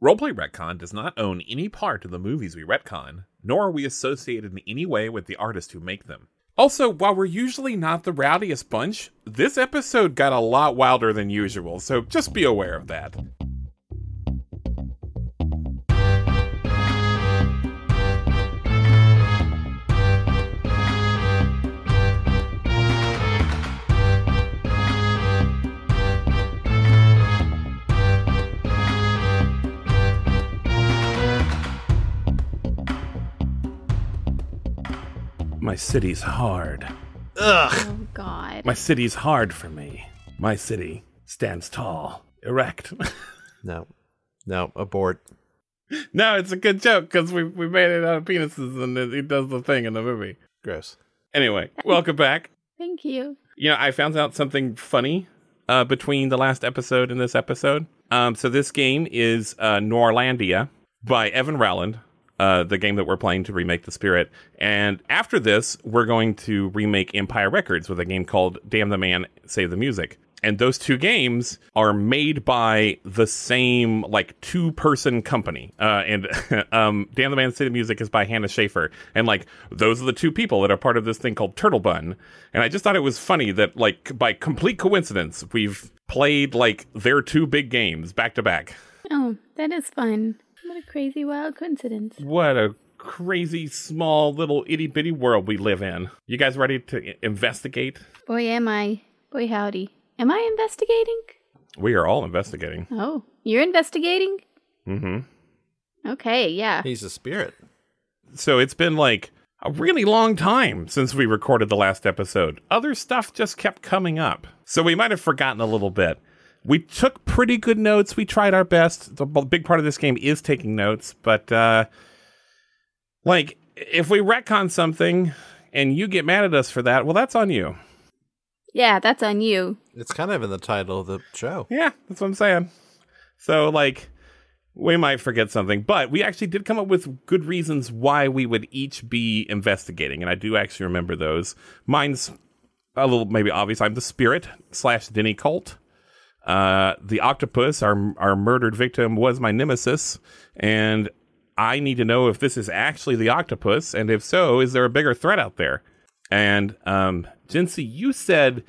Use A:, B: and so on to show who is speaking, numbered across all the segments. A: Roleplay Retcon does not own any part of the movies we retcon, nor are we associated in any way with the artists who make them. Also, while we're usually not the rowdiest bunch, this episode got a lot wilder than usual, so just be aware of that. My city's hard.
B: Oh God.
A: My city's hard for me. My city stands tall, erect.
C: No, no, abort.
A: no, it's a good joke because we, we made it out of penises and it, it does the thing in the movie.
C: Gross.
A: Anyway, welcome back.
B: Thank you.
A: You know, I found out something funny uh, between the last episode and this episode. Um, so this game is uh, Norlandia by Evan Rowland, uh, the game that we're playing to remake The Spirit. And after this, we're going to remake Empire Records with a game called Damn the Man, Save the Music. And those two games are made by the same like two person company. Uh, and um, Damn the Man City Music is by Hannah Schaefer. And like those are the two people that are part of this thing called Turtle Bun. And I just thought it was funny that like by complete coincidence, we've played like their two big games back to back.
B: Oh, that is fun. What a crazy wild coincidence.
A: What a crazy small little itty bitty world we live in. You guys ready to i- investigate?
B: Boy, am I. Boy, howdy. Am I investigating?
A: We are all investigating.
B: Oh, you're investigating?
A: hmm
B: Okay, yeah.
C: He's a spirit.
A: So it's been like a really long time since we recorded the last episode. Other stuff just kept coming up. So we might have forgotten a little bit. We took pretty good notes. We tried our best. The b- big part of this game is taking notes, but uh like if we retcon something and you get mad at us for that, well that's on you.
B: Yeah, that's on you.
C: It's kind of in the title of the show.
A: Yeah, that's what I'm saying. So like we might forget something, but we actually did come up with good reasons why we would each be investigating, and I do actually remember those. Mine's a little maybe obvious. I'm the spirit slash Denny cult. Uh, the octopus, our our murdered victim, was my nemesis, and I need to know if this is actually the octopus, and if so, is there a bigger threat out there? And um, Jincy, you said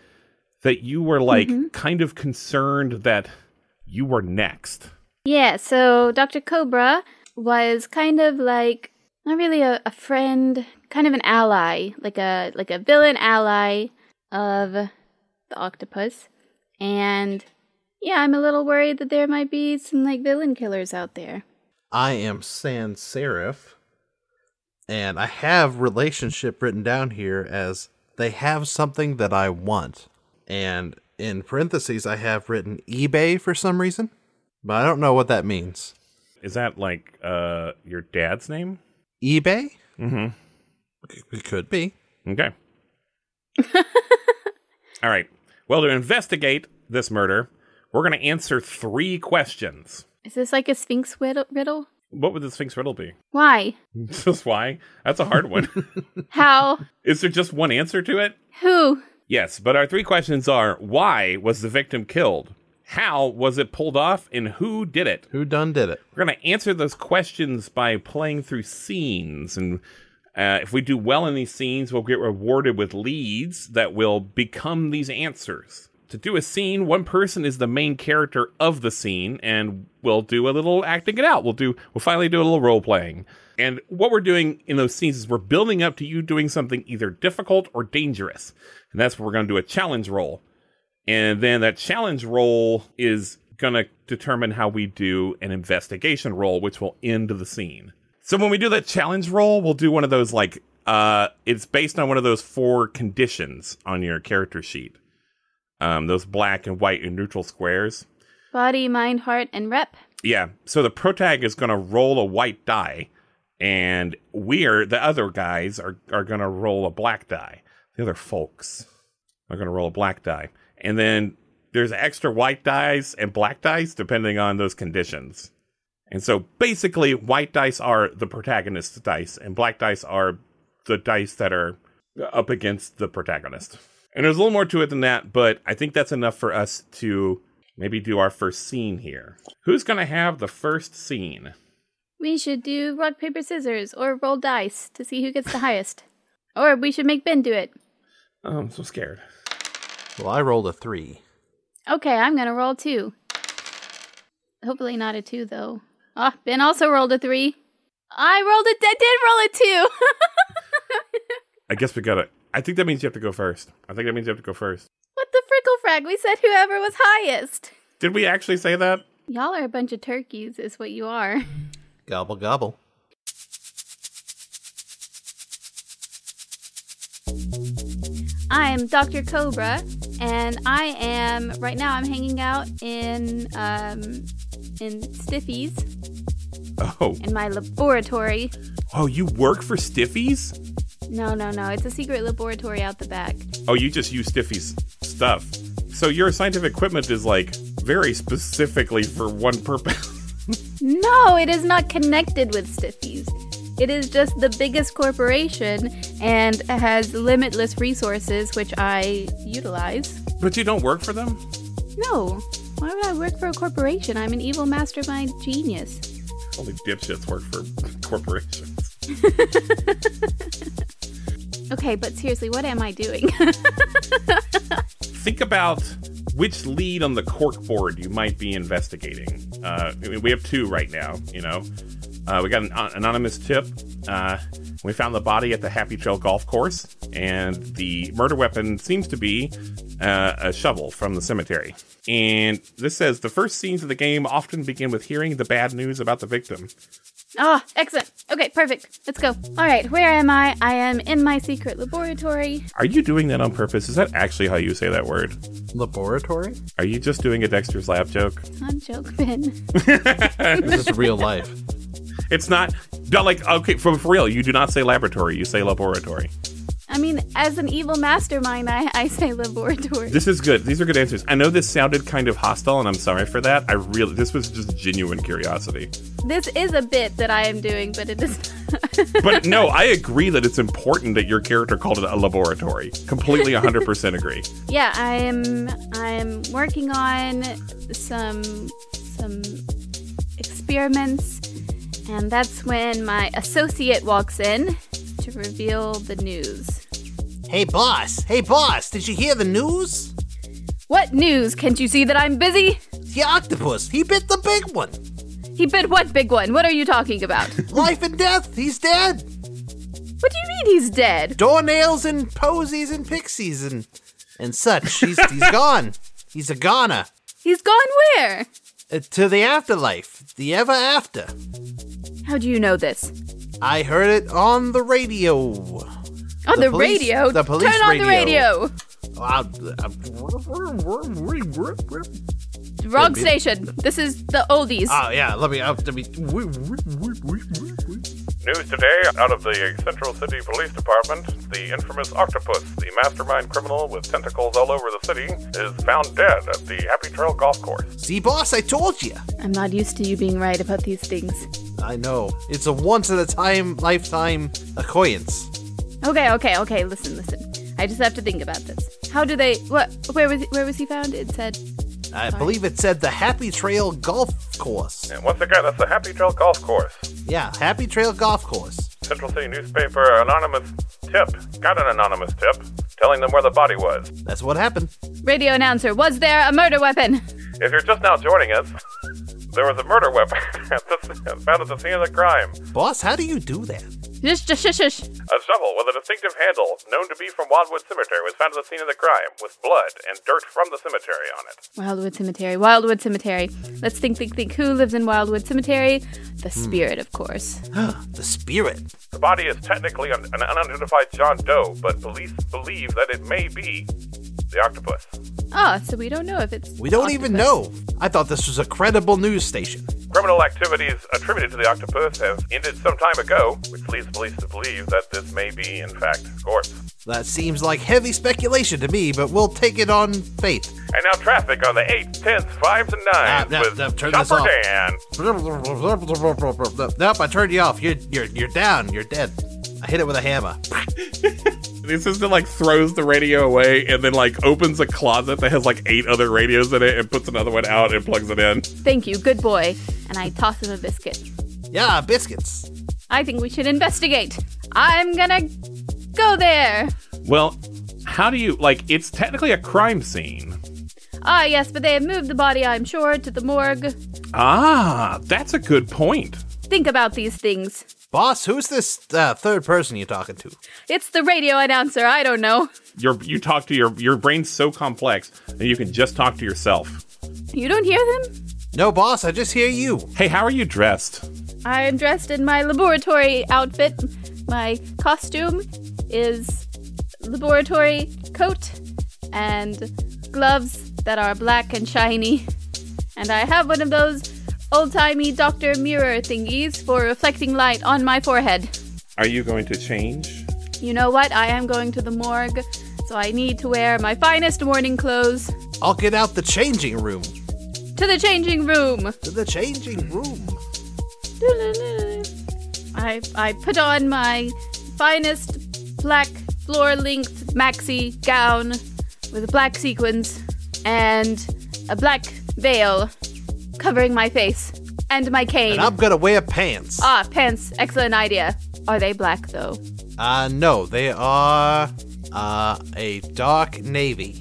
A: that you were like kind of concerned that you were next.
B: Yeah, so Dr. Cobra was kind of like not really a, a friend, kind of an ally, like a like a villain ally of the octopus. And yeah, I'm a little worried that there might be some like villain killers out there.
C: I am sans serif, and I have relationship written down here as they have something that I want. And in parentheses, I have written eBay for some reason, but I don't know what that means.
A: Is that like uh your dad's name?
C: eBay?
A: Mhm.
C: It could be.
A: Okay. All right. Well, to investigate this murder, we're going to answer three questions.
B: Is this like a Sphinx whittle- riddle?
A: What would the Sphinx riddle be?
B: Why?
A: Just why? That's a hard one.
B: How?
A: Is there just one answer to it?
B: Who?
A: Yes, but our three questions are why was the victim killed? How was it pulled off? And who did it?
C: Who done did it?
A: We're going to answer those questions by playing through scenes. And uh, if we do well in these scenes, we'll get rewarded with leads that will become these answers. To do a scene, one person is the main character of the scene, and we'll do a little acting it out. We'll do, we'll finally do a little role playing. And what we're doing in those scenes is we're building up to you doing something either difficult or dangerous. And that's where we're going to do a challenge roll. And then that challenge roll is going to determine how we do an investigation roll, which will end the scene. So when we do that challenge roll, we'll do one of those like, uh, it's based on one of those four conditions on your character sheet. Um, those black and white and neutral squares.
B: Body, mind, heart, and rep.
A: Yeah. So the protag is going to roll a white die, and we're the other guys are are going to roll a black die. The other folks are going to roll a black die, and then there's extra white dice and black dice depending on those conditions. And so basically, white dice are the protagonist's dice, and black dice are the dice that are up against the protagonist. And there's a little more to it than that, but I think that's enough for us to Maybe do our first scene here. Who's going to have the first scene?
B: We should do rock, paper, scissors or roll dice to see who gets the highest. Or we should make Ben do it.
A: Oh, I'm so scared.
D: Well, I rolled a three.
B: Okay, I'm gonna roll two. Hopefully not a two though. Ah, Ben also rolled a three. I rolled a. I did roll a two.
A: I guess we got to I think that means you have to go first. I think that means you have to go first.
B: what the frickle frag? We said whoever was highest.
A: Did we actually say that?
B: Y'all are a bunch of turkeys, is what you are.
D: Gobble gobble.
B: I'm Dr. Cobra, and I am right now. I'm hanging out in um, in Stiffy's
A: Oh.
B: in my laboratory.
A: Oh, you work for Stiffies?
B: No, no, no. It's a secret laboratory out the back.
A: Oh, you just use Stiffies stuff. So your scientific equipment is like very specifically for one purpose.
B: No, it is not connected with Stiffies. It is just the biggest corporation and has limitless resources, which I utilize.
A: but you don't work for them?
B: No, why would I work for a corporation? I'm an evil mastermind genius.
A: Only dipshits work for corporations.
B: Okay, but seriously, what am I doing?
A: Think about which lead on the corkboard you might be investigating. Uh, I mean, we have two right now, you know. Uh, we got an an anonymous tip. Uh, we found the body at the Happy Trail golf course, and the murder weapon seems to be uh, a shovel from the cemetery. And this says the first scenes of the game often begin with hearing the bad news about the victim.
B: Ah, excellent. Okay, perfect. Let's go. All right, where am I? I am in my secret laboratory.
A: Are you doing that on purpose? Is that actually how you say that word?
D: Laboratory?
A: Are you just doing a Dexter's Lab joke?
B: I'm joke bin.
D: This is real life.
A: It's not, not like okay for, for real. You do not say laboratory. You say laboratory.
B: I mean, as an evil mastermind, I, I say laboratory.
A: This is good. These are good answers. I know this sounded kind of hostile, and I'm sorry for that. I really this was just genuine curiosity.
B: This is a bit that I am doing, but it is.
A: But no, I agree that it's important that your character called it a laboratory. Completely, 100 percent agree.
B: yeah, I'm I'm working on some some experiments, and that's when my associate walks in to reveal the news.
C: Hey, boss. Hey, boss. Did you hear the news?
B: What news? Can't you see that I'm busy?
C: The octopus. He bit the big one.
B: He bit what big one? What are you talking about?
C: Life and death. He's dead.
B: what do you mean he's dead?
C: Doornails and posies and pixies and and such. He's he's gone. He's a goner.
B: He's gone where?
C: Uh, to the afterlife, the ever after.
B: How do you know this?
C: I heard it on the radio. Uh,
B: On the,
C: The police-
B: radio.
C: the police
B: Turn on the
C: radio.
B: radio.
C: Uh, uh,
B: Wrong station. This is the oldies.
C: Oh yeah, let me. Uh, let me.
E: News today out of the Central City Police Department the infamous octopus, the mastermind criminal with tentacles all over the city, is found dead at the Happy Trail Golf Course.
C: See, boss, I told you.
B: I'm not used to you being right about these things.
C: I know it's a once in a time lifetime acquaintance.
B: Okay, okay, okay. Listen, listen. I just have to think about this. How do they? What? Where was? Where was he found? It said.
C: I believe it said the Happy Trail Golf Course.
E: And once again, that's the Happy Trail Golf Course.
C: Yeah, Happy Trail Golf Course.
E: Central City newspaper anonymous tip got an anonymous tip telling them where the body was.
C: That's what happened.
B: Radio announcer. Was there a murder weapon?
E: If you're just now joining us, there was a murder weapon at the, found at the scene of the crime.
C: Boss, how do you do that?
B: Shush, shush, shush, shush.
E: A shovel with a distinctive handle, known to be from Wildwood Cemetery, was found at the scene of the crime, with blood and dirt from the cemetery on it.
B: Wildwood Cemetery. Wildwood Cemetery. Let's think, think, think. Who lives in Wildwood Cemetery? The
C: Hmm.
B: spirit, of course.
C: The spirit.
E: The body is technically an, an unidentified John Doe, but police believe that it may be the octopus.
B: Ah, so we don't know if it's.
C: We don't even
B: octopus.
C: know. I thought this was a credible news station.
E: Criminal activities attributed to the octopus have ended some time ago, which leads police to believe that this may be, in fact, a corpse.
C: That seems like heavy speculation to me, but we'll take it on faith.
E: And now traffic on the 8th, 10th, 5s, and 9s
C: Ah,
E: with
C: ah, ah, turn this
E: Chopper
C: off.
E: Dan.
C: Nope, I turned you off. You're you're you're down. You're dead. I hit it with a hammer.
F: The assistant like throws the radio away and then like opens a closet that has like eight other radios in it and puts another one out and plugs it in.
B: Thank you, good boy. And I toss him a biscuit.
C: Yeah, biscuits.
B: I think we should investigate. I'm gonna go there.
F: Well, how do you like? It's technically a crime scene.
B: Ah, yes, but they have moved the body, I'm sure, to the morgue.
F: Ah, that's a good point.
B: Think about these things.
C: Boss, who's this uh, third person you're talking to?
B: It's the radio announcer, I don't know.
F: Your you talk to your your brain's so complex that you can just talk to yourself.
B: You don't hear them?
C: No, boss, I just hear you.
F: Hey, how are you dressed?
B: I'm dressed in my laboratory outfit. My costume is laboratory coat and gloves that are black and shiny. And I have one of those old timey doctor mirror thingies for reflecting light on my forehead.
F: Are you going to change?
B: You know what? I am going to the morgue, so I need to wear my finest morning clothes
C: I'll get out the changing room.
B: to the changing room.
C: To the changing room.
B: I, I put on my finest black floor length maxi gown with black sequins and a black veil covering my face and my cane.
C: And I'm gonna wear pants.
B: Ah, pants. Excellent idea. Are they black though?
C: Uh, no, they are uh, a dark navy.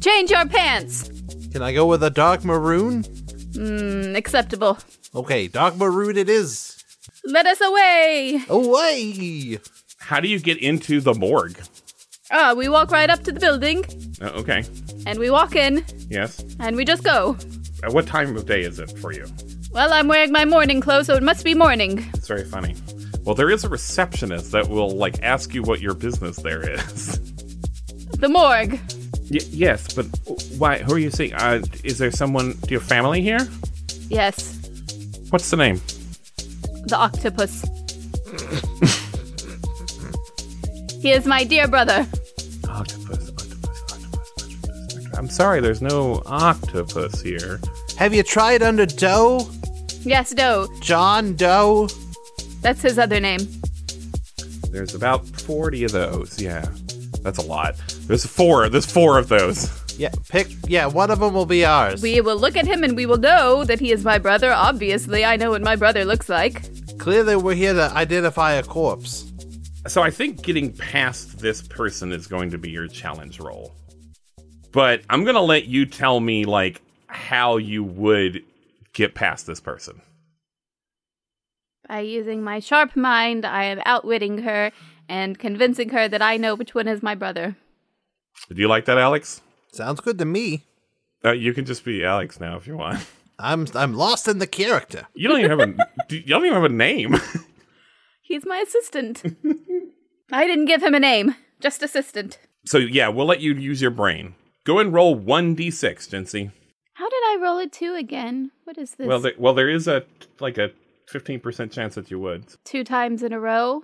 B: Change your pants.
C: Can I go with a dark maroon?
B: Mm, acceptable.
C: Okay, dark maroon it is. Oh,
B: Let us away.
C: Away!
F: How do you get into the morgue?
B: Ah, we walk right up to the building
F: Uh, okay.
B: and we walk in
F: Yes.
B: and we just go.
F: At what time of day is it for you?
B: Well, I'm wearing my morning clothes, so it must be morning.
F: It's very funny. Well, there is a receptionist that will like ask you what your business there is.
B: The morgue.
F: Y- yes, but why? Who are you seeing? Uh, is there someone? Do your family here?
B: Yes,
F: What's the name?
B: the octopus. he is my dear brother.
F: Octopus. Octopus. Octopus. octopus. I'm sorry, there's no octopus here.
C: Have you tried under Doe?
B: Yes, Doe.
C: John Doe?
B: That's his other name.
F: There's about 40 of those. Yeah, that's a lot. There's four. There's four of those.
C: Yeah, pick. Yeah, one of them will be ours.
B: We will look at him and we will know that he is my brother. Obviously, I know what my brother looks like.
C: Clearly, we're here to identify a corpse.
F: So I think getting past this person is going to be your challenge role. But I'm going to let you tell me like how you would get past this person.
B: By using my sharp mind, I am outwitting her and convincing her that I know which one is my brother.
F: Do you like that, Alex?
C: Sounds good to me.
F: Uh, you can just be Alex now if you want.
C: I'm I'm lost in the character.
F: You don't even have a do- you don't even have a name.
B: He's my assistant. I didn't give him a name, just assistant.
F: so yeah, we'll let you use your brain. Go and roll one d6, Jency.
B: How did I roll a two again? What is this?
F: Well, there, well, there is a like a 15% chance that you would.
B: two times in a row.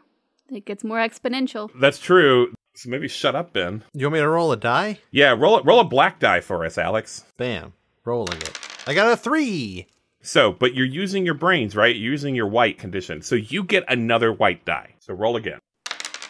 B: It gets more exponential.
F: That's true. So maybe shut up, Ben.
C: You want me to roll a die?
F: Yeah, roll a- roll a black die for us, Alex.
C: Bam, rolling it. I got a three.
F: So, but you're using your brains, right? You're using your white condition. So you get another white die. So roll again.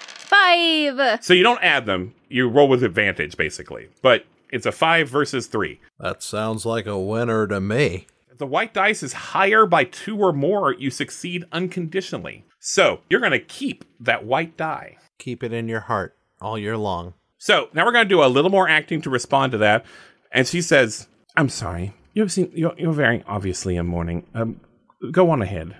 B: Five!
F: So you don't add them. You roll with advantage, basically. But it's a five versus three.
A: That sounds like a winner to me.
F: If the white dice is higher by two or more, you succeed unconditionally. So you're going to keep that white die.
C: Keep it in your heart all year long.
F: So now we're going to do a little more acting to respond to that. And she says, I'm sorry. You've seen, you're, you're very obviously in mourning. Um, go on ahead.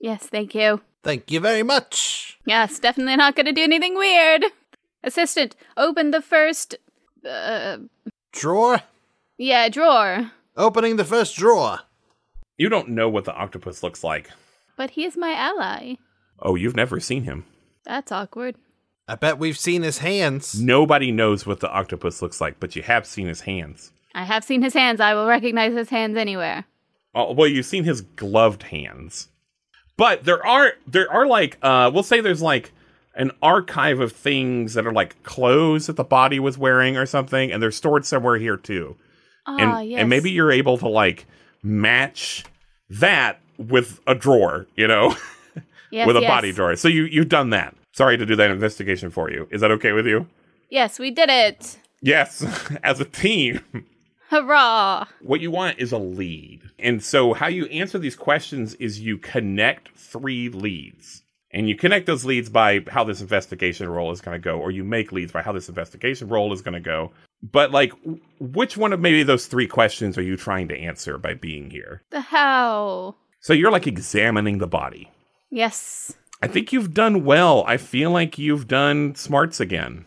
B: Yes, thank you.
C: Thank you very much.
B: Yes, definitely not gonna do anything weird. Assistant, open the first,
C: Drawer.
B: yeah, drawer.
C: Opening the first drawer.
F: You don't know what the octopus looks like.
B: But he is my ally.
F: Oh, you've never seen him.
B: That's awkward.
C: I bet we've seen his hands.
F: Nobody knows what the octopus looks like, but you have seen his hands.
B: I have seen his hands. I will recognize his hands anywhere.
F: Oh, well, you've seen his gloved hands. But there are there are like uh we'll say there's like an archive of things that are like clothes that the body was wearing or something, and they're stored somewhere here too.
B: Ah,
F: and
B: yes.
F: and maybe you're able to like match that with a drawer, you know,
B: yes,
F: with a
B: yes.
F: body drawer. So you you've done that. Sorry to do that investigation for you. Is that okay with you?
B: Yes, we did it.
F: Yes, as a team.
B: Hurrah.
F: What you want is a lead. And so, how you answer these questions is you connect three leads. And you connect those leads by how this investigation role is going to go, or you make leads by how this investigation role is going to go. But, like, w- which one of maybe those three questions are you trying to answer by being here?
B: The how.
F: So, you're like examining the body.
B: Yes.
F: I think you've done well. I feel like you've done smarts again.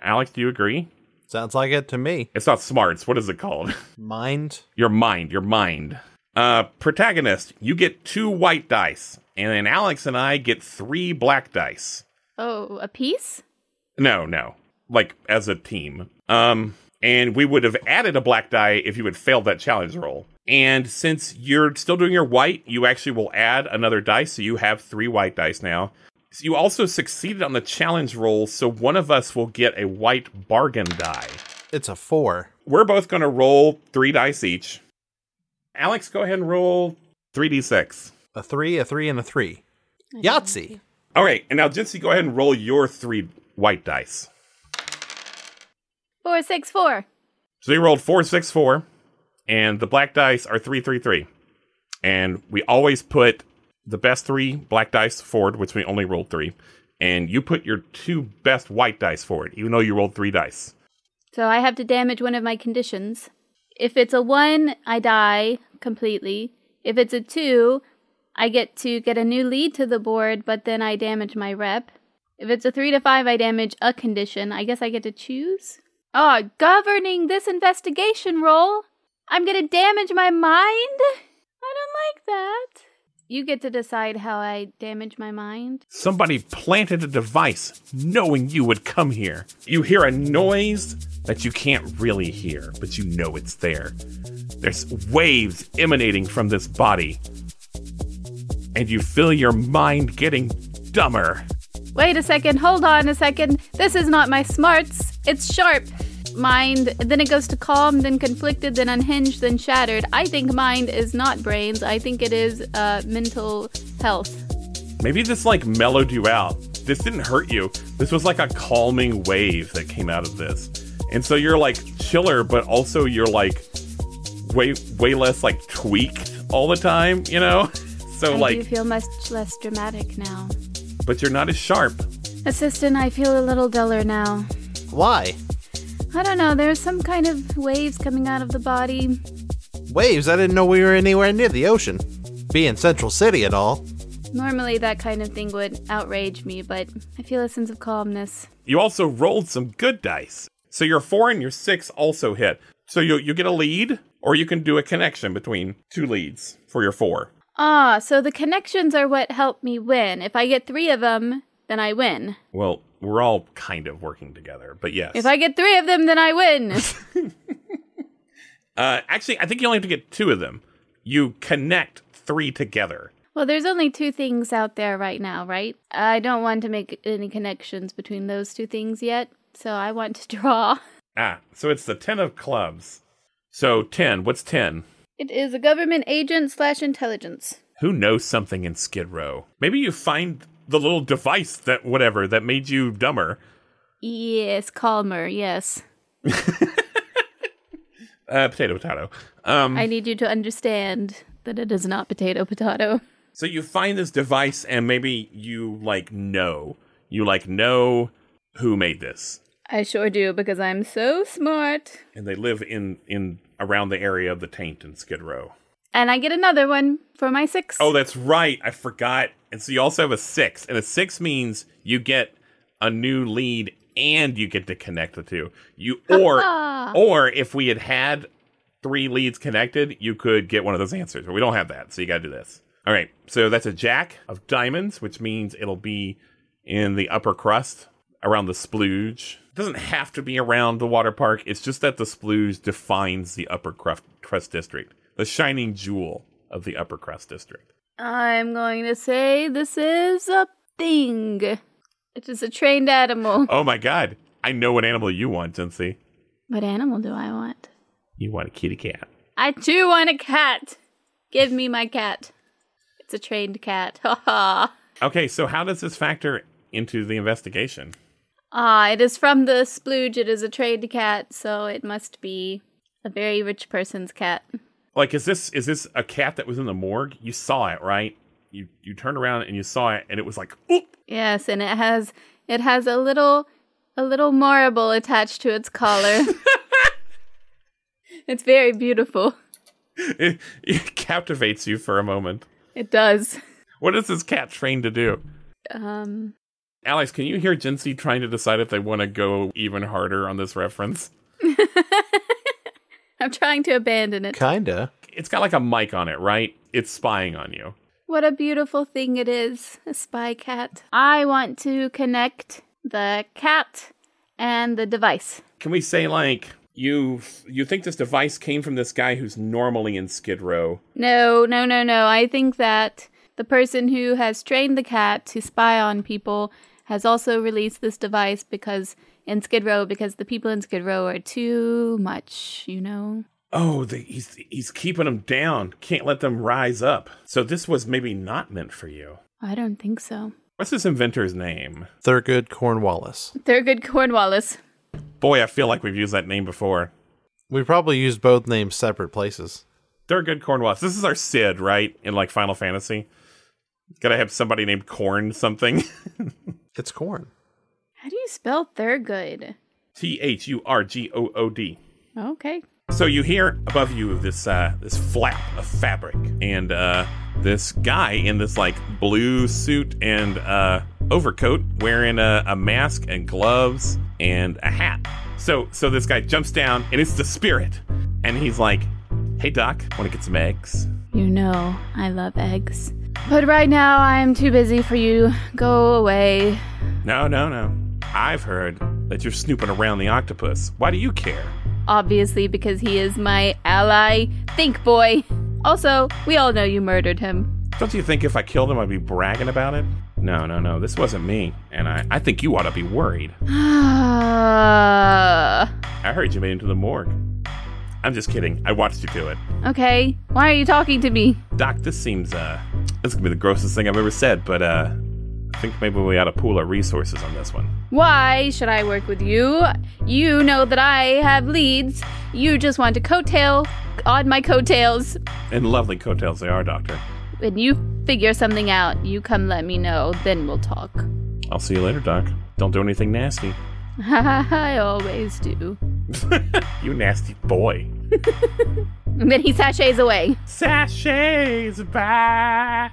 F: Alex, do you agree?
A: Sounds like it to me.
F: It's not smarts. What is it called?
A: Mind.
F: your mind, your mind. Uh, protagonist, you get two white dice, and then Alex and I get three black dice.
B: Oh, a piece?
F: No, no, like as a team. Um, and we would have added a black die if you had failed that challenge roll. And since you're still doing your white, you actually will add another dice, so you have three white dice now. So you also succeeded on the challenge roll, so one of us will get a white bargain die.
A: It's a four.
F: We're both going to roll three dice each. Alex, go ahead and roll 3d6.
A: A three, a three, and a three.
B: I don't
A: Yahtzee.
B: know.
F: All right, and now, Jincy, go ahead and roll your three white dice.
B: Four, six, four.
F: So you rolled 464, and the black dice are 333. And we always put the best three black dice forward, which we only rolled three. And you put your two best white dice forward, even though you rolled three dice.
B: So I have to damage one of my conditions. If it's a one, I die completely. If it's a two, I get to get a new lead to the board, but then I damage my rep. If it's a three to five, I damage a condition. I guess I get to choose. Oh, governing this investigation roll? I'm gonna damage my mind? I don't like that. You get to decide how I damage my mind.
F: Somebody planted a device knowing you would come here. You hear a noise that you can't really hear, but you know it's there. There's waves emanating from this body. And you feel your mind getting dumber.
B: Wait a second, hold on a second. This is not my smarts. It's sharp. Mind, then it goes to calm, then conflicted, then unhinged, then shattered. I think mind is not brains. I think it is uh, mental health.
F: Maybe this like mellowed you out. This didn't hurt you. This was like a calming wave that came out of this. And so you're like chiller, but also you're like way way less like tweaked all the time, you know? So
B: I do
F: like
B: feel much less dramatic now.
F: but you're not as sharp.
B: Assistant, I feel a little duller now.
A: Why?
B: I don't know, there's some kind of waves coming out of the body.
A: Waves. I didn't know we were anywhere near the ocean. Be in Central City at all.
B: Normally, that kind of thing would outrage me, but I feel a sense of calmness.
F: You also rolled some good dice. So your four and your six also hit. So you you get a lead, or you can do a connection between two leads for your four.
B: Ah, so the connections are what help me win. If I get three of them, then I win.
F: Well, we're all kind of working together, but yes.
B: If I get three of them, then I win.
F: Uh, actually, I think you only have to get two of them. You connect three together.
B: well, there's only two things out there right now, right? I don't want to make any connections between those two things yet, so I want to draw.
F: Ah, so it's the ten of clubs. So ten. What's ten?
B: It is a government agent slash intelligence.
F: Who knows something in Skid Row? Maybe you find the little device that whatever that made you dumber.
B: Yes, calmer, yes.
F: Uh, potato, potato. Um,
B: I need you to understand that it is not potato potato.
F: So you find this device, and maybe you like know. You like know who made this,
B: I sure do, because I'm so smart.
F: and they live in in around the area of the taint in Skid Row.
B: And I get another one for my six.
F: Oh, that's right. I forgot. And so you also have a six, and a six means you get a new lead and you get to connect the two. You or or if we had had three leads connected, you could get one of those answers, but we don't have that, so you got to do this. All right. So that's a jack of diamonds, which means it'll be in the upper crust around the splooge. It doesn't have to be around the water park. It's just that the splooge defines the upper crust, crust district, the shining jewel of the upper crust district.
B: I'm going to say this is a thing. It is a trained animal.
F: Oh my god. I know what animal you want, Jency.
B: What animal do I want?
F: You want a kitty cat.
B: I too want a cat. Give me my cat. It's a trained cat. Ha ha.
F: Okay, so how does this factor into the investigation.
B: Ah, it is from the splooge. It is a trade cat, so it must be a very rich person's cat.
F: Like, is this is this a cat that was in the morgue? You saw it, right? You you turned around and you saw it, and it was like, oop.
B: Yes, and it has it has a little a little marble attached to its collar. it's very beautiful.
F: It, it captivates you for a moment.
B: It does.
F: What is this cat trained to do?
B: Um
F: Alex, can you hear Jincy trying to decide if they want to go even harder on this reference?
B: I'm trying to abandon it.
A: Kinda.
F: It's got like a mic on it, right? It's spying on you.
B: What a beautiful thing it is, a spy cat. I want to connect the cat and the device.
F: Can we say like you you think this device came from this guy who's normally in Skid Row?
B: No, no, no, no. I think that the person who has trained the cat to spy on people has also released this device because in Skid Row because the people in Skid Row are too much, you know.
F: Oh, the, he's he's keeping them down. Can't let them rise up. So this was maybe not meant for you.
B: I don't think so.
F: What's this inventor's name?
A: Thurgood Cornwallis.
B: Thurgood Cornwallis.
F: Boy, I feel like we've used that name before.
A: We probably used both names separate places.
F: Thurgood Cornwallis. This is our Sid, right? In like Final Fantasy. Gotta have somebody named Corn something.
A: It's corn.
B: How do you spell Thurgood?
F: T H U R G O O D.
B: Okay.
F: So you hear above you this uh, this flap of fabric, and uh, this guy in this like blue suit and uh, overcoat, wearing a, a mask and gloves and a hat. So so this guy jumps down, and it's the spirit, and he's like, "Hey Doc, want to get some eggs?"
B: You know I love eggs. But right now I'm too busy for you. Go away.
F: No no no. I've heard that you're snooping around the octopus. Why do you care?
B: Obviously, because he is my ally. Think, boy. Also, we all know you murdered him.
F: Don't you think if I killed him, I'd be bragging about it? No, no, no. This wasn't me, and I, I think you ought to be worried. I heard you made it to the morgue. I'm just kidding. I watched you do it.
B: okay, why are you talking to me?
F: Doc, this seems, uh, this could be the grossest thing I've ever said, but, uh, I think maybe we ought to pool our resources on this one.
B: Why should I work with you? You know that I have leads. You just want to coattail on my coattails.
F: And lovely coattails they are, Doctor.
B: When you figure something out, you come let me know, then we'll talk.
F: I'll see you later, Doc. Don't do anything nasty.
B: I always do.
F: You nasty boy.
B: And then he sachets away.
F: Sachets, bye.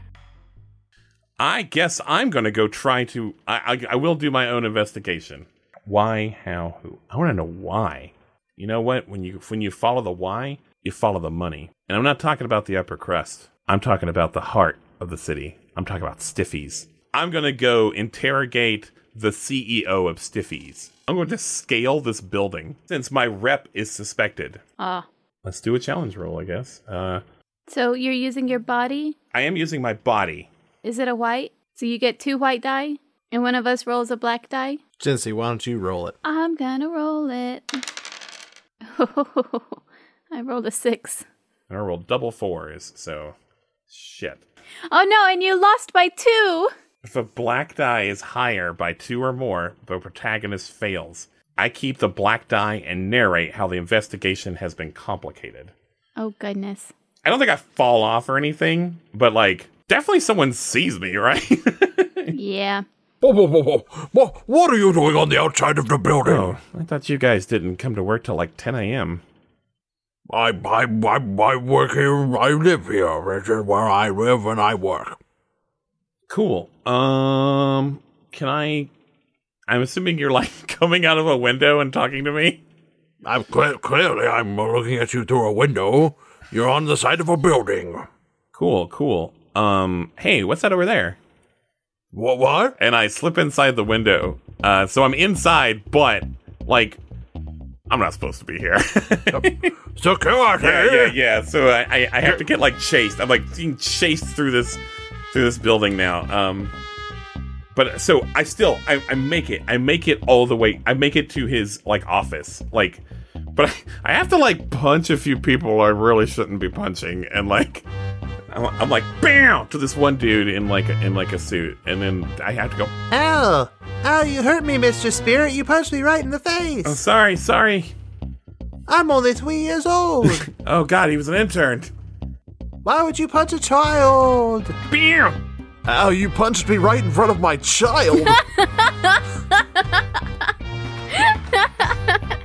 F: I guess I'm going to go try to. I, I, I will do my own investigation. Why, how, who? I want to know why. You know what? When you when you follow the why, you follow the money. And I'm not talking about the upper crust. I'm talking about the heart of the city. I'm talking about Stiffies. I'm going to go interrogate the CEO of Stiffies. I'm going to scale this building since my rep is suspected.
B: Ah.
F: Let's do a challenge roll, I guess. Uh,
B: So you're using your body?
F: I am using my body.
B: Is it a white? So you get two white die, and one of us rolls a black die?
A: Jency, why don't you roll it?
B: I'm gonna roll it. I rolled a six.
F: And I rolled double fours, so shit.
B: Oh no, and you lost by two!
F: If a black die is higher by two or more, the protagonist fails. I keep the black die and narrate how the investigation has been complicated.
B: Oh goodness.
F: I don't think I fall off or anything, but like, definitely someone sees me, right?
B: yeah.
G: Whoa, whoa, whoa, whoa. What, what are you doing on the outside of the building?
F: oh, I thought you guys didn't come to work till like 10 a.m.
G: I, I, I, I work here. I live here. This is where I live and I work.
F: Cool. Um, can I? I'm assuming you're like coming out of a window and talking to me.
G: I'm cle- clearly I'm looking at you through a window. You're on the side of a building.
F: Cool, cool. Um, hey, what's that over there?
G: What? What?
F: and I slip inside the window. Uh, so I'm inside, but like I'm not supposed to be here.
G: Security.
F: yeah, yeah, yeah. So I, I, I have to get like chased. I'm like being chased through this through this building now. Um, but so I still I, I make it. I make it all the way. I make it to his like office. Like, but I, I have to like punch a few people I really shouldn't be punching, and like I'm, I'm like, bam, to this one dude in like in like a suit, and then I have to go.
C: Ow! Ow, you hurt me, Mr. Spirit. You punched me right in the face.
F: Oh, sorry, sorry.
C: I'm only three years old.
F: Oh God, he was an intern.
C: Why would you punch a child?
F: Bam.
A: Ow, you punched me right in front of my child!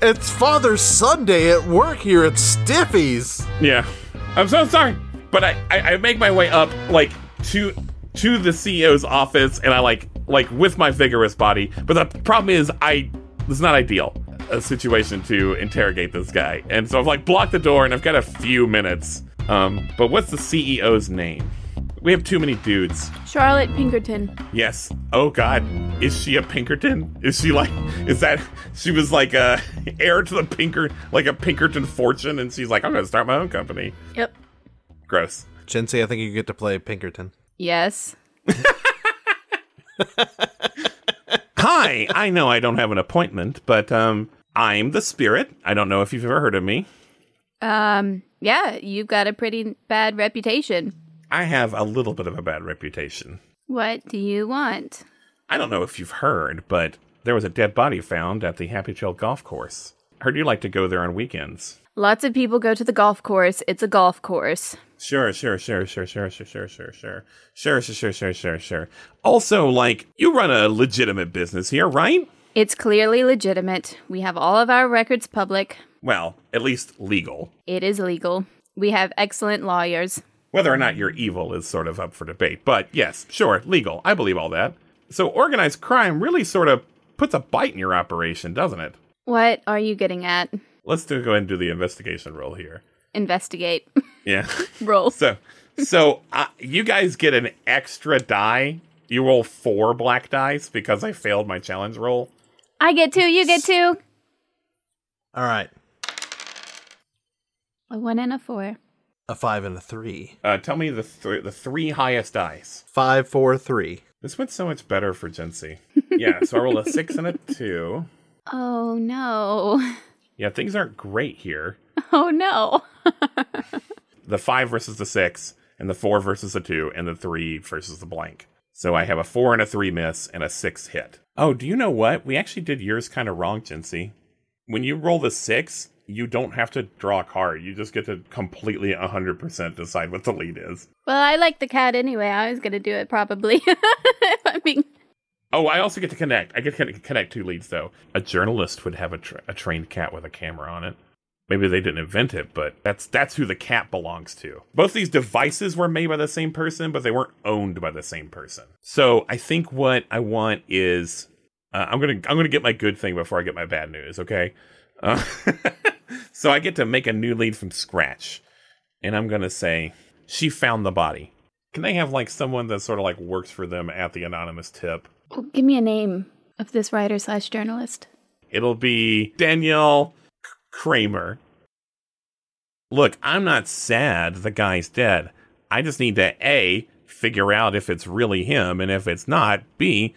A: it's Father Sunday at work here at Stiffy's!
F: Yeah, I'm so sorry. But I, I I make my way up like to to the CEO's office, and I like like with my vigorous body. But the problem is, I it's not ideal a situation to interrogate this guy, and so I've like blocked the door, and I've got a few minutes. Um, but what's the CEO's name? We have too many dudes.
B: Charlotte Pinkerton.
F: Yes. Oh God. Is she a Pinkerton? Is she like? Is that? She was like a heir to the Pinker, like a Pinkerton fortune, and she's like, I'm gonna start my own company.
B: Yep.
F: Gross.
A: Chinsey, I think you get to play Pinkerton.
B: Yes.
F: Hi. I know I don't have an appointment, but um, I'm the Spirit. I don't know if you've ever heard of me.
B: Um. Yeah, you've got a pretty bad reputation.
F: I have a little bit of a bad reputation.
B: What do you want?
F: I don't know if you've heard, but there was a dead body found at the Happy Trail Golf Course. I heard you like to go there on weekends.
B: Lots of people go to the golf course. It's a golf course.
F: Sure, sure, sure, sure, sure, sure, sure, sure, sure, sure, sure, sure, sure, sure, sure. Also, like, you run a legitimate business here, right?
B: It's clearly legitimate. We have all of our records public.
F: Well, at least legal.
B: It is legal. We have excellent lawyers.
F: Whether or not you're evil is sort of up for debate, but yes, sure, legal. I believe all that. So, organized crime really sort of puts a bite in your operation, doesn't it?
B: What are you getting at?
F: Let's do, go ahead and do the investigation roll here.
B: Investigate.
F: Yeah.
B: Roll.
F: So, so uh, you guys get an extra die. You roll four black dice because I failed my challenge roll.
B: I get two, you get two.
A: Alright,
B: A one and a four.
A: a five and a three.
F: Uh, tell me the th- the three highest dice.
A: Five, four, three.
F: This went so much better for Jency. Yeah, so I rolled a six and a two.
B: Oh no.
F: Yeah, things aren't great here.
B: Oh no.
F: The five versus the six, and the four versus the two, and the three versus the blank. So I have a four and a three miss and a six hit. Oh, do you know what? We actually did yours kind of wrong, Jency. When you roll the six, you don't have to draw a card. You just get to completely 100% decide what the lead is.
B: Well, I like the cat anyway. I was gonna do it probably. if I'm being
F: Oh, I also get to connect. I get to con- connect two leads though. A journalist would have a, tra- a trained cat with a camera on it. Maybe they didn't invent it, but that's that's who the cat belongs to. Both these devices were made by the same person, but they weren't owned by the same person. So I think what I want is uh, I'm gonna I'm gonna get my good thing before I get my bad news. Okay, uh, so I get to make a new lead from scratch, and I'm gonna say she found the body. Can they have like someone that sort of like works for them at the anonymous tip?
B: Oh, give me a name of this writer slash journalist.
F: It'll be Danielle K- Kramer. Look, I'm not sad the guy's dead. I just need to A, figure out if it's really him, and if it's not, B,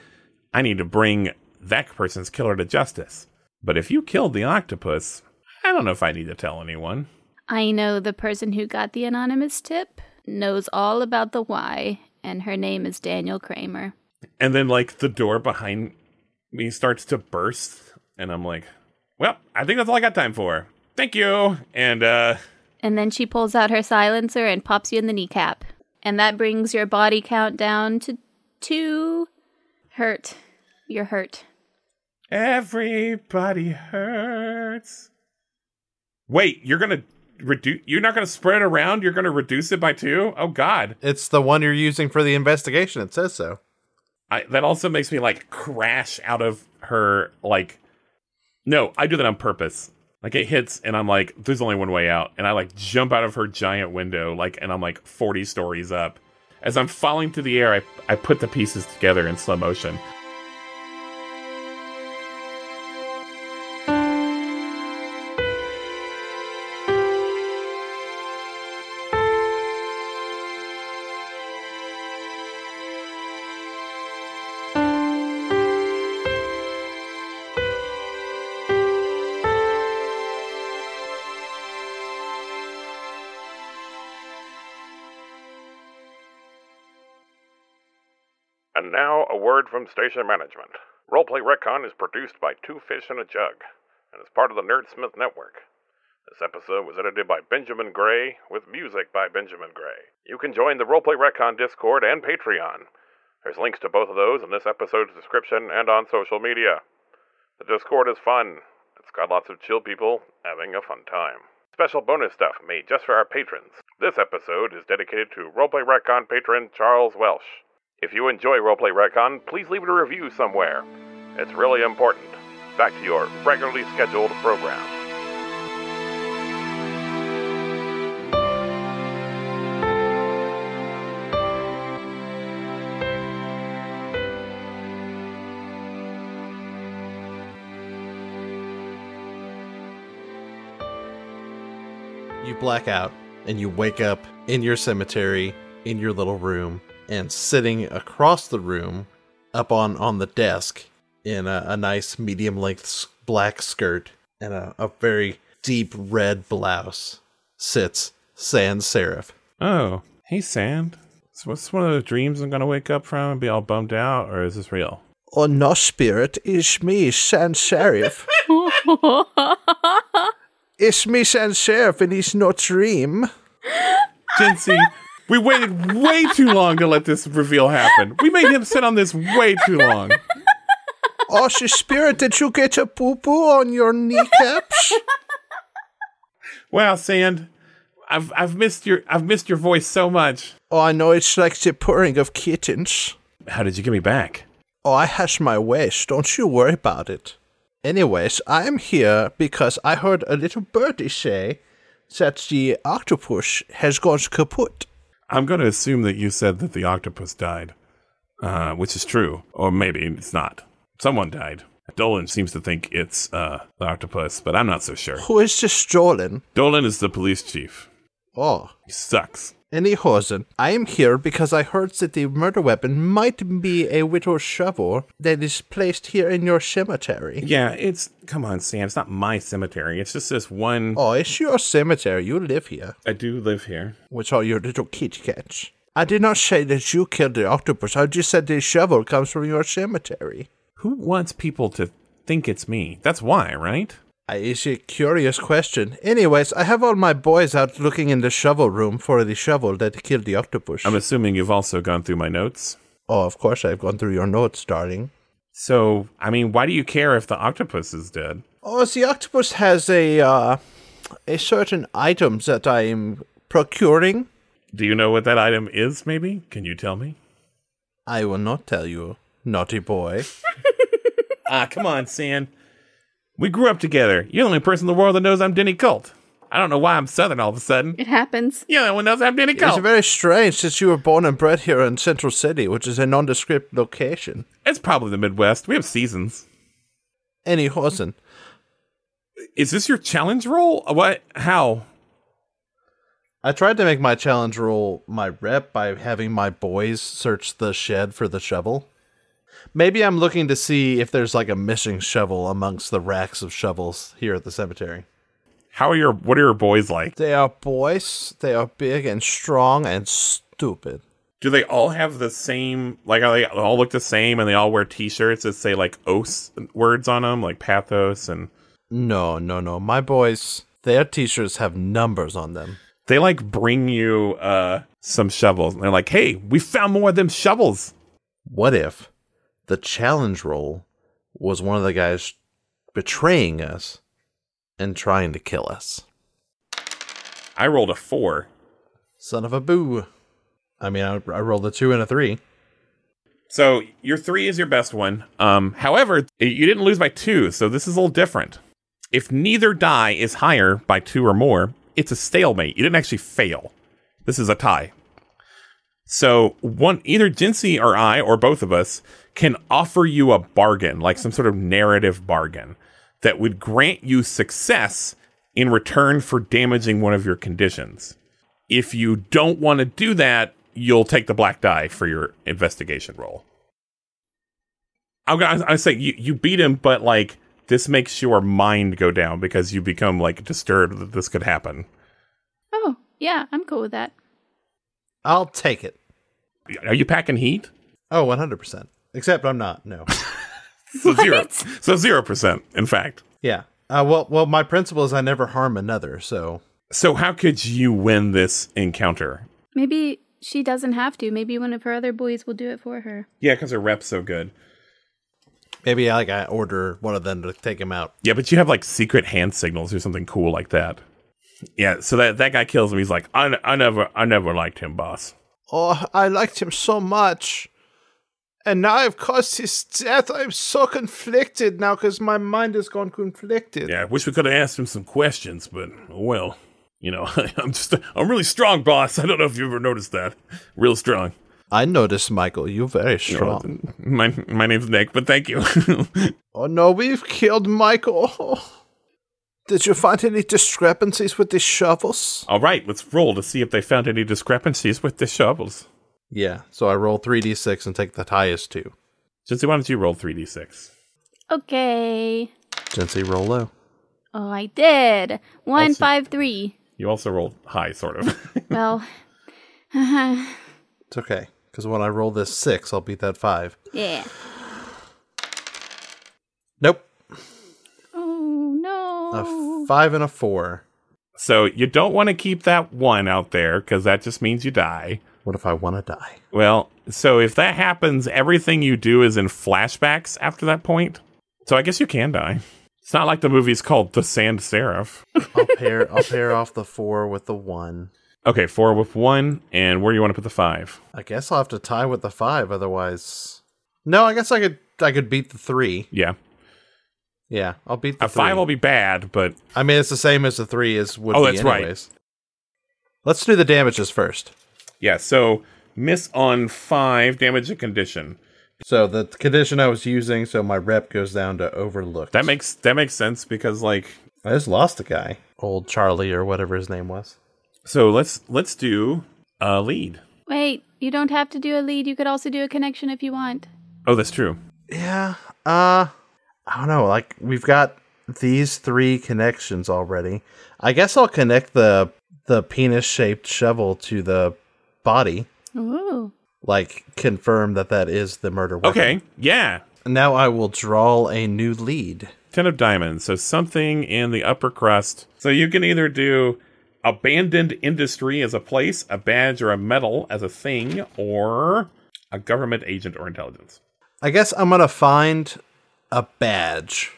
F: I need to bring that person's killer to justice. But if you killed the octopus, I don't know if I need to tell anyone.
B: I know the person who got the anonymous tip knows all about the why, and her name is Daniel Kramer.
F: And then, like, the door behind me starts to burst, and I'm like, well, I think that's all I got time for. Thank you. And, uh,
B: And then she pulls out her silencer and pops you in the kneecap. And that brings your body count down to two. Hurt. You're hurt.
F: Everybody hurts. Wait, you're gonna reduce. You're not gonna spread it around. You're gonna reduce it by two. Oh God,
A: It's the one you're using for the investigation, it says so.
F: I, that also makes me like crash out of her. Like, no, I do that on purpose. Like it hits, and I'm like, there's only one way out, and I like jump out of her giant window, like, and I'm like 40 stories up. As I'm falling through the air, I, I put the pieces together in slow motion.
E: And now, a word from station management. Roleplay Retcon is produced by Two Fish in a Jug and is part of the Nerdsmith Network. This episode was edited by Benjamin Gray with music by Benjamin Gray. You can join the Roleplay Retcon Discord and Patreon. There's links to both of those in this episode's description and on social media. The Discord is fun. It's got lots of chill people having a fun time. Special bonus stuff made just for our patrons. This episode is dedicated to Roleplay Retcon patron Charles Welsh. If you enjoy Roleplay Retcon, please leave it a review somewhere. It's really important. Back to your regularly scheduled program.
A: You black out and you wake up in your cemetery in your little room and sitting across the room up on on the desk in a, a nice medium length s- black skirt and a, a very deep red blouse sits sans serif
F: Oh, hey, Sand. So what's one of those dreams I'm gonna wake up from and be all bummed out, or is this real?
C: Oh, no, spirit, is me, San Sheriff. It's me, San Sheriff, and it's no dream.
F: Jency, we waited way too long to let this reveal happen. We made him sit on this way too long.
C: Oh, sh- spirit, did you get a poo poo on your kneecaps?
F: Wow, Sand, I've I've missed your I've missed your voice so much.
C: Oh, I know it's like the purring of kittens.
F: How did you get me back?
C: Oh, I has my ways, don't you worry about it. Anyways, I'm here because I heard a little birdie say that the octopus has gone kaput.
F: I'm going to assume that you said that the octopus died, uh, which is true, or maybe it's not. Someone died. Dolan seems to think it's uh, the octopus, but I'm not so sure.
C: Who is this stolen?
F: Dolan is the police chief.
C: Oh,
F: He sucks.
C: Anyhosen, I am here because I heard that the murder weapon might be a widow's shovel that is placed here in your cemetery.
F: Yeah, it's come on, Sam. It's not my cemetery. It's just this one.
C: Oh, it's your cemetery. You live here.
F: I do live here.
C: Which are your little kitty cats. I did not say that you killed the octopus. I just said the shovel comes from your cemetery.
F: Who wants people to think it's me? That's why, right?
C: I Uh, is a curious question. Anyways, I have all my boys out looking in the shovel room for the shovel that killed the octopus.
F: I'm assuming you've also gone through my notes.
C: oh, of course, I've gone through your notes, darling.
F: So, I mean, why do you care if the octopus is dead?
C: Oh, the octopus has a uh, a certain item that I am procuring.
F: Do you know what that item is, maybe? Can you tell me?
C: I will not tell you, naughty boy.
F: Ah, come on, San. We grew up together. You're the only person in the world that knows I'm Denny Colt. I don't know why I'm Southern all of a sudden.
B: It happens.
F: You're the only one that knows I'm Denny
C: It's
F: Colt.
C: very strange since you were born and bred here in Central City, which is a nondescript location.
F: it's probably the Midwest. We have seasons.
C: Any hosen.
F: Is this your challenge role? What? How?
A: i tried to make my challenge roll my rep by having my boys search the shed for the shovel maybe i'm looking to see if there's like a missing shovel amongst the racks of shovels here at the cemetery
F: How are your? What are your boys like?
C: They are boys. They are big and strong and stupid.
F: Do they all have the same? Like, are they all look the same, and they all wear T-shirts that say like "os" words on them, like pathos, and
A: no no no my boys their t-shirts have numbers on them
F: they like bring you uh some shovels, and they're like, "Hey, we found more of them shovels."
A: What if the challenge role was one of the guys betraying us and trying to kill us?
F: I rolled a four.
A: Son of a boo. I mean, I, I rolled a two and a three.
F: So your three is your best one. Um, however, you didn't lose by two, so this is a little different. If neither die is higher by two or more, it's a stalemate. You didn't actually fail. This is a tie. So one, either Jincy or I, or both of us, can offer you a bargain, like some sort of narrative bargain, that would grant you success in return for damaging one of your conditions. If you don't want to do that, you'll take the black die for your investigation roll. I'm gonna I say you, you beat him, but like this makes your mind go down because you become like disturbed that this could happen.
B: Oh, yeah, I'm cool with that.
A: I'll take it.
F: Are you packing heat?
C: Oh, 100%. Except I'm not. No.
F: So zero. So zero percent, in fact.
C: yeah. Uh, well, well, my principle is I never harm another. So
F: So how could you win this encounter?
B: Maybe she doesn't have to. Maybe one of her other boys will do it for her.
F: Yeah, because her rep's so good.
C: maybe like I order one of them to take him out.
F: Yeah, but you have like secret hand signals or something cool like that. Yeah, so that that guy kills him. He's like, I, I never, I never liked him, boss.
H: Oh, I liked him so much. And now I've caused his death. I'm so conflicted now because my mind has gone conflicted.
F: Yeah, I wish we could have asked him some questions, but oh well, you know, I'm just, I'm really strong, boss. I don't know if you ever noticed that. Real strong.
H: I noticed, Michael. You're very strong.
F: My my name's Nick, but thank you.
H: Oh no, we've killed Michael. Oh. Did you find any discrepancies with the shovels?
F: All right, let's roll to see if they found any discrepancies with the shovels.
C: Yeah. So I roll 3d6 and take the highest two.
F: Jincy, why don't you roll three d six?
B: Okay.
C: Jency, roll low.
B: Oh, I did. One, five, three.
F: You also rolled high, sort of.
B: Well,
C: It's okay. Because when I roll this six, I'll beat that five.
B: yeah.
C: Nope.
B: Oh no.
C: A five and a four.
F: so you don't want to keep that one out there because that just means you die.
C: What if I want to die?
F: Well, so if that happens, everything you do is in flashbacks after that point. So I guess you can die. It's not like the movie's called The Sand Serif.
C: I'll pair. I'll pair off the four with the one.
F: Okay, four with one, and where do you want to put the five?
C: I guess I'll have to tie with the five, otherwise. No, I guess I could. I could beat the three.
F: Yeah,
C: Yeah, I'll beat the
F: a five will be bad, but
C: I mean, it's the same as the three is. Would
F: Oh,
C: be
F: that's right.
C: anyways. Let's do the damages first.
F: yeah. So miss on five, damage a condition.
C: So the condition I was using, so my rep goes down to overlooked.
F: That makes that makes sense because like
C: I just lost a guy, old Charlie or whatever his name was.
F: so let's let's do a lead.
B: Wait, you don't have to do a lead. You could also do a connection if you want.
F: Oh, that's true.
C: Yeah. Uh, I don't know. Like we've got these three connections already. I guess I'll connect the the penis shaped shovel to the body.
B: Ooh.
C: Like confirm that that is the murder weapon.
F: Okay, yeah.
C: Now I will draw a new lead.
F: Ten of diamonds. So something in the upper crust. So you can either do abandoned industry as a place, a badge or a medal as a thing, or a government agent or intelligence.
C: I guess I'm gonna find a badge.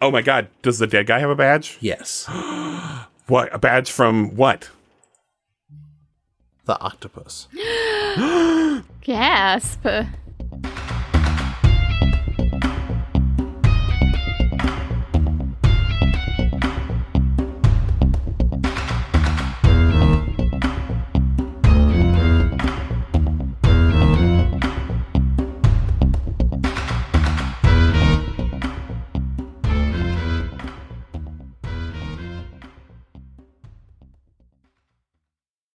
F: Oh my god, does the dead guy have a badge?
C: Yes.
F: What a badge from what?
C: The octopus.
B: Gasp.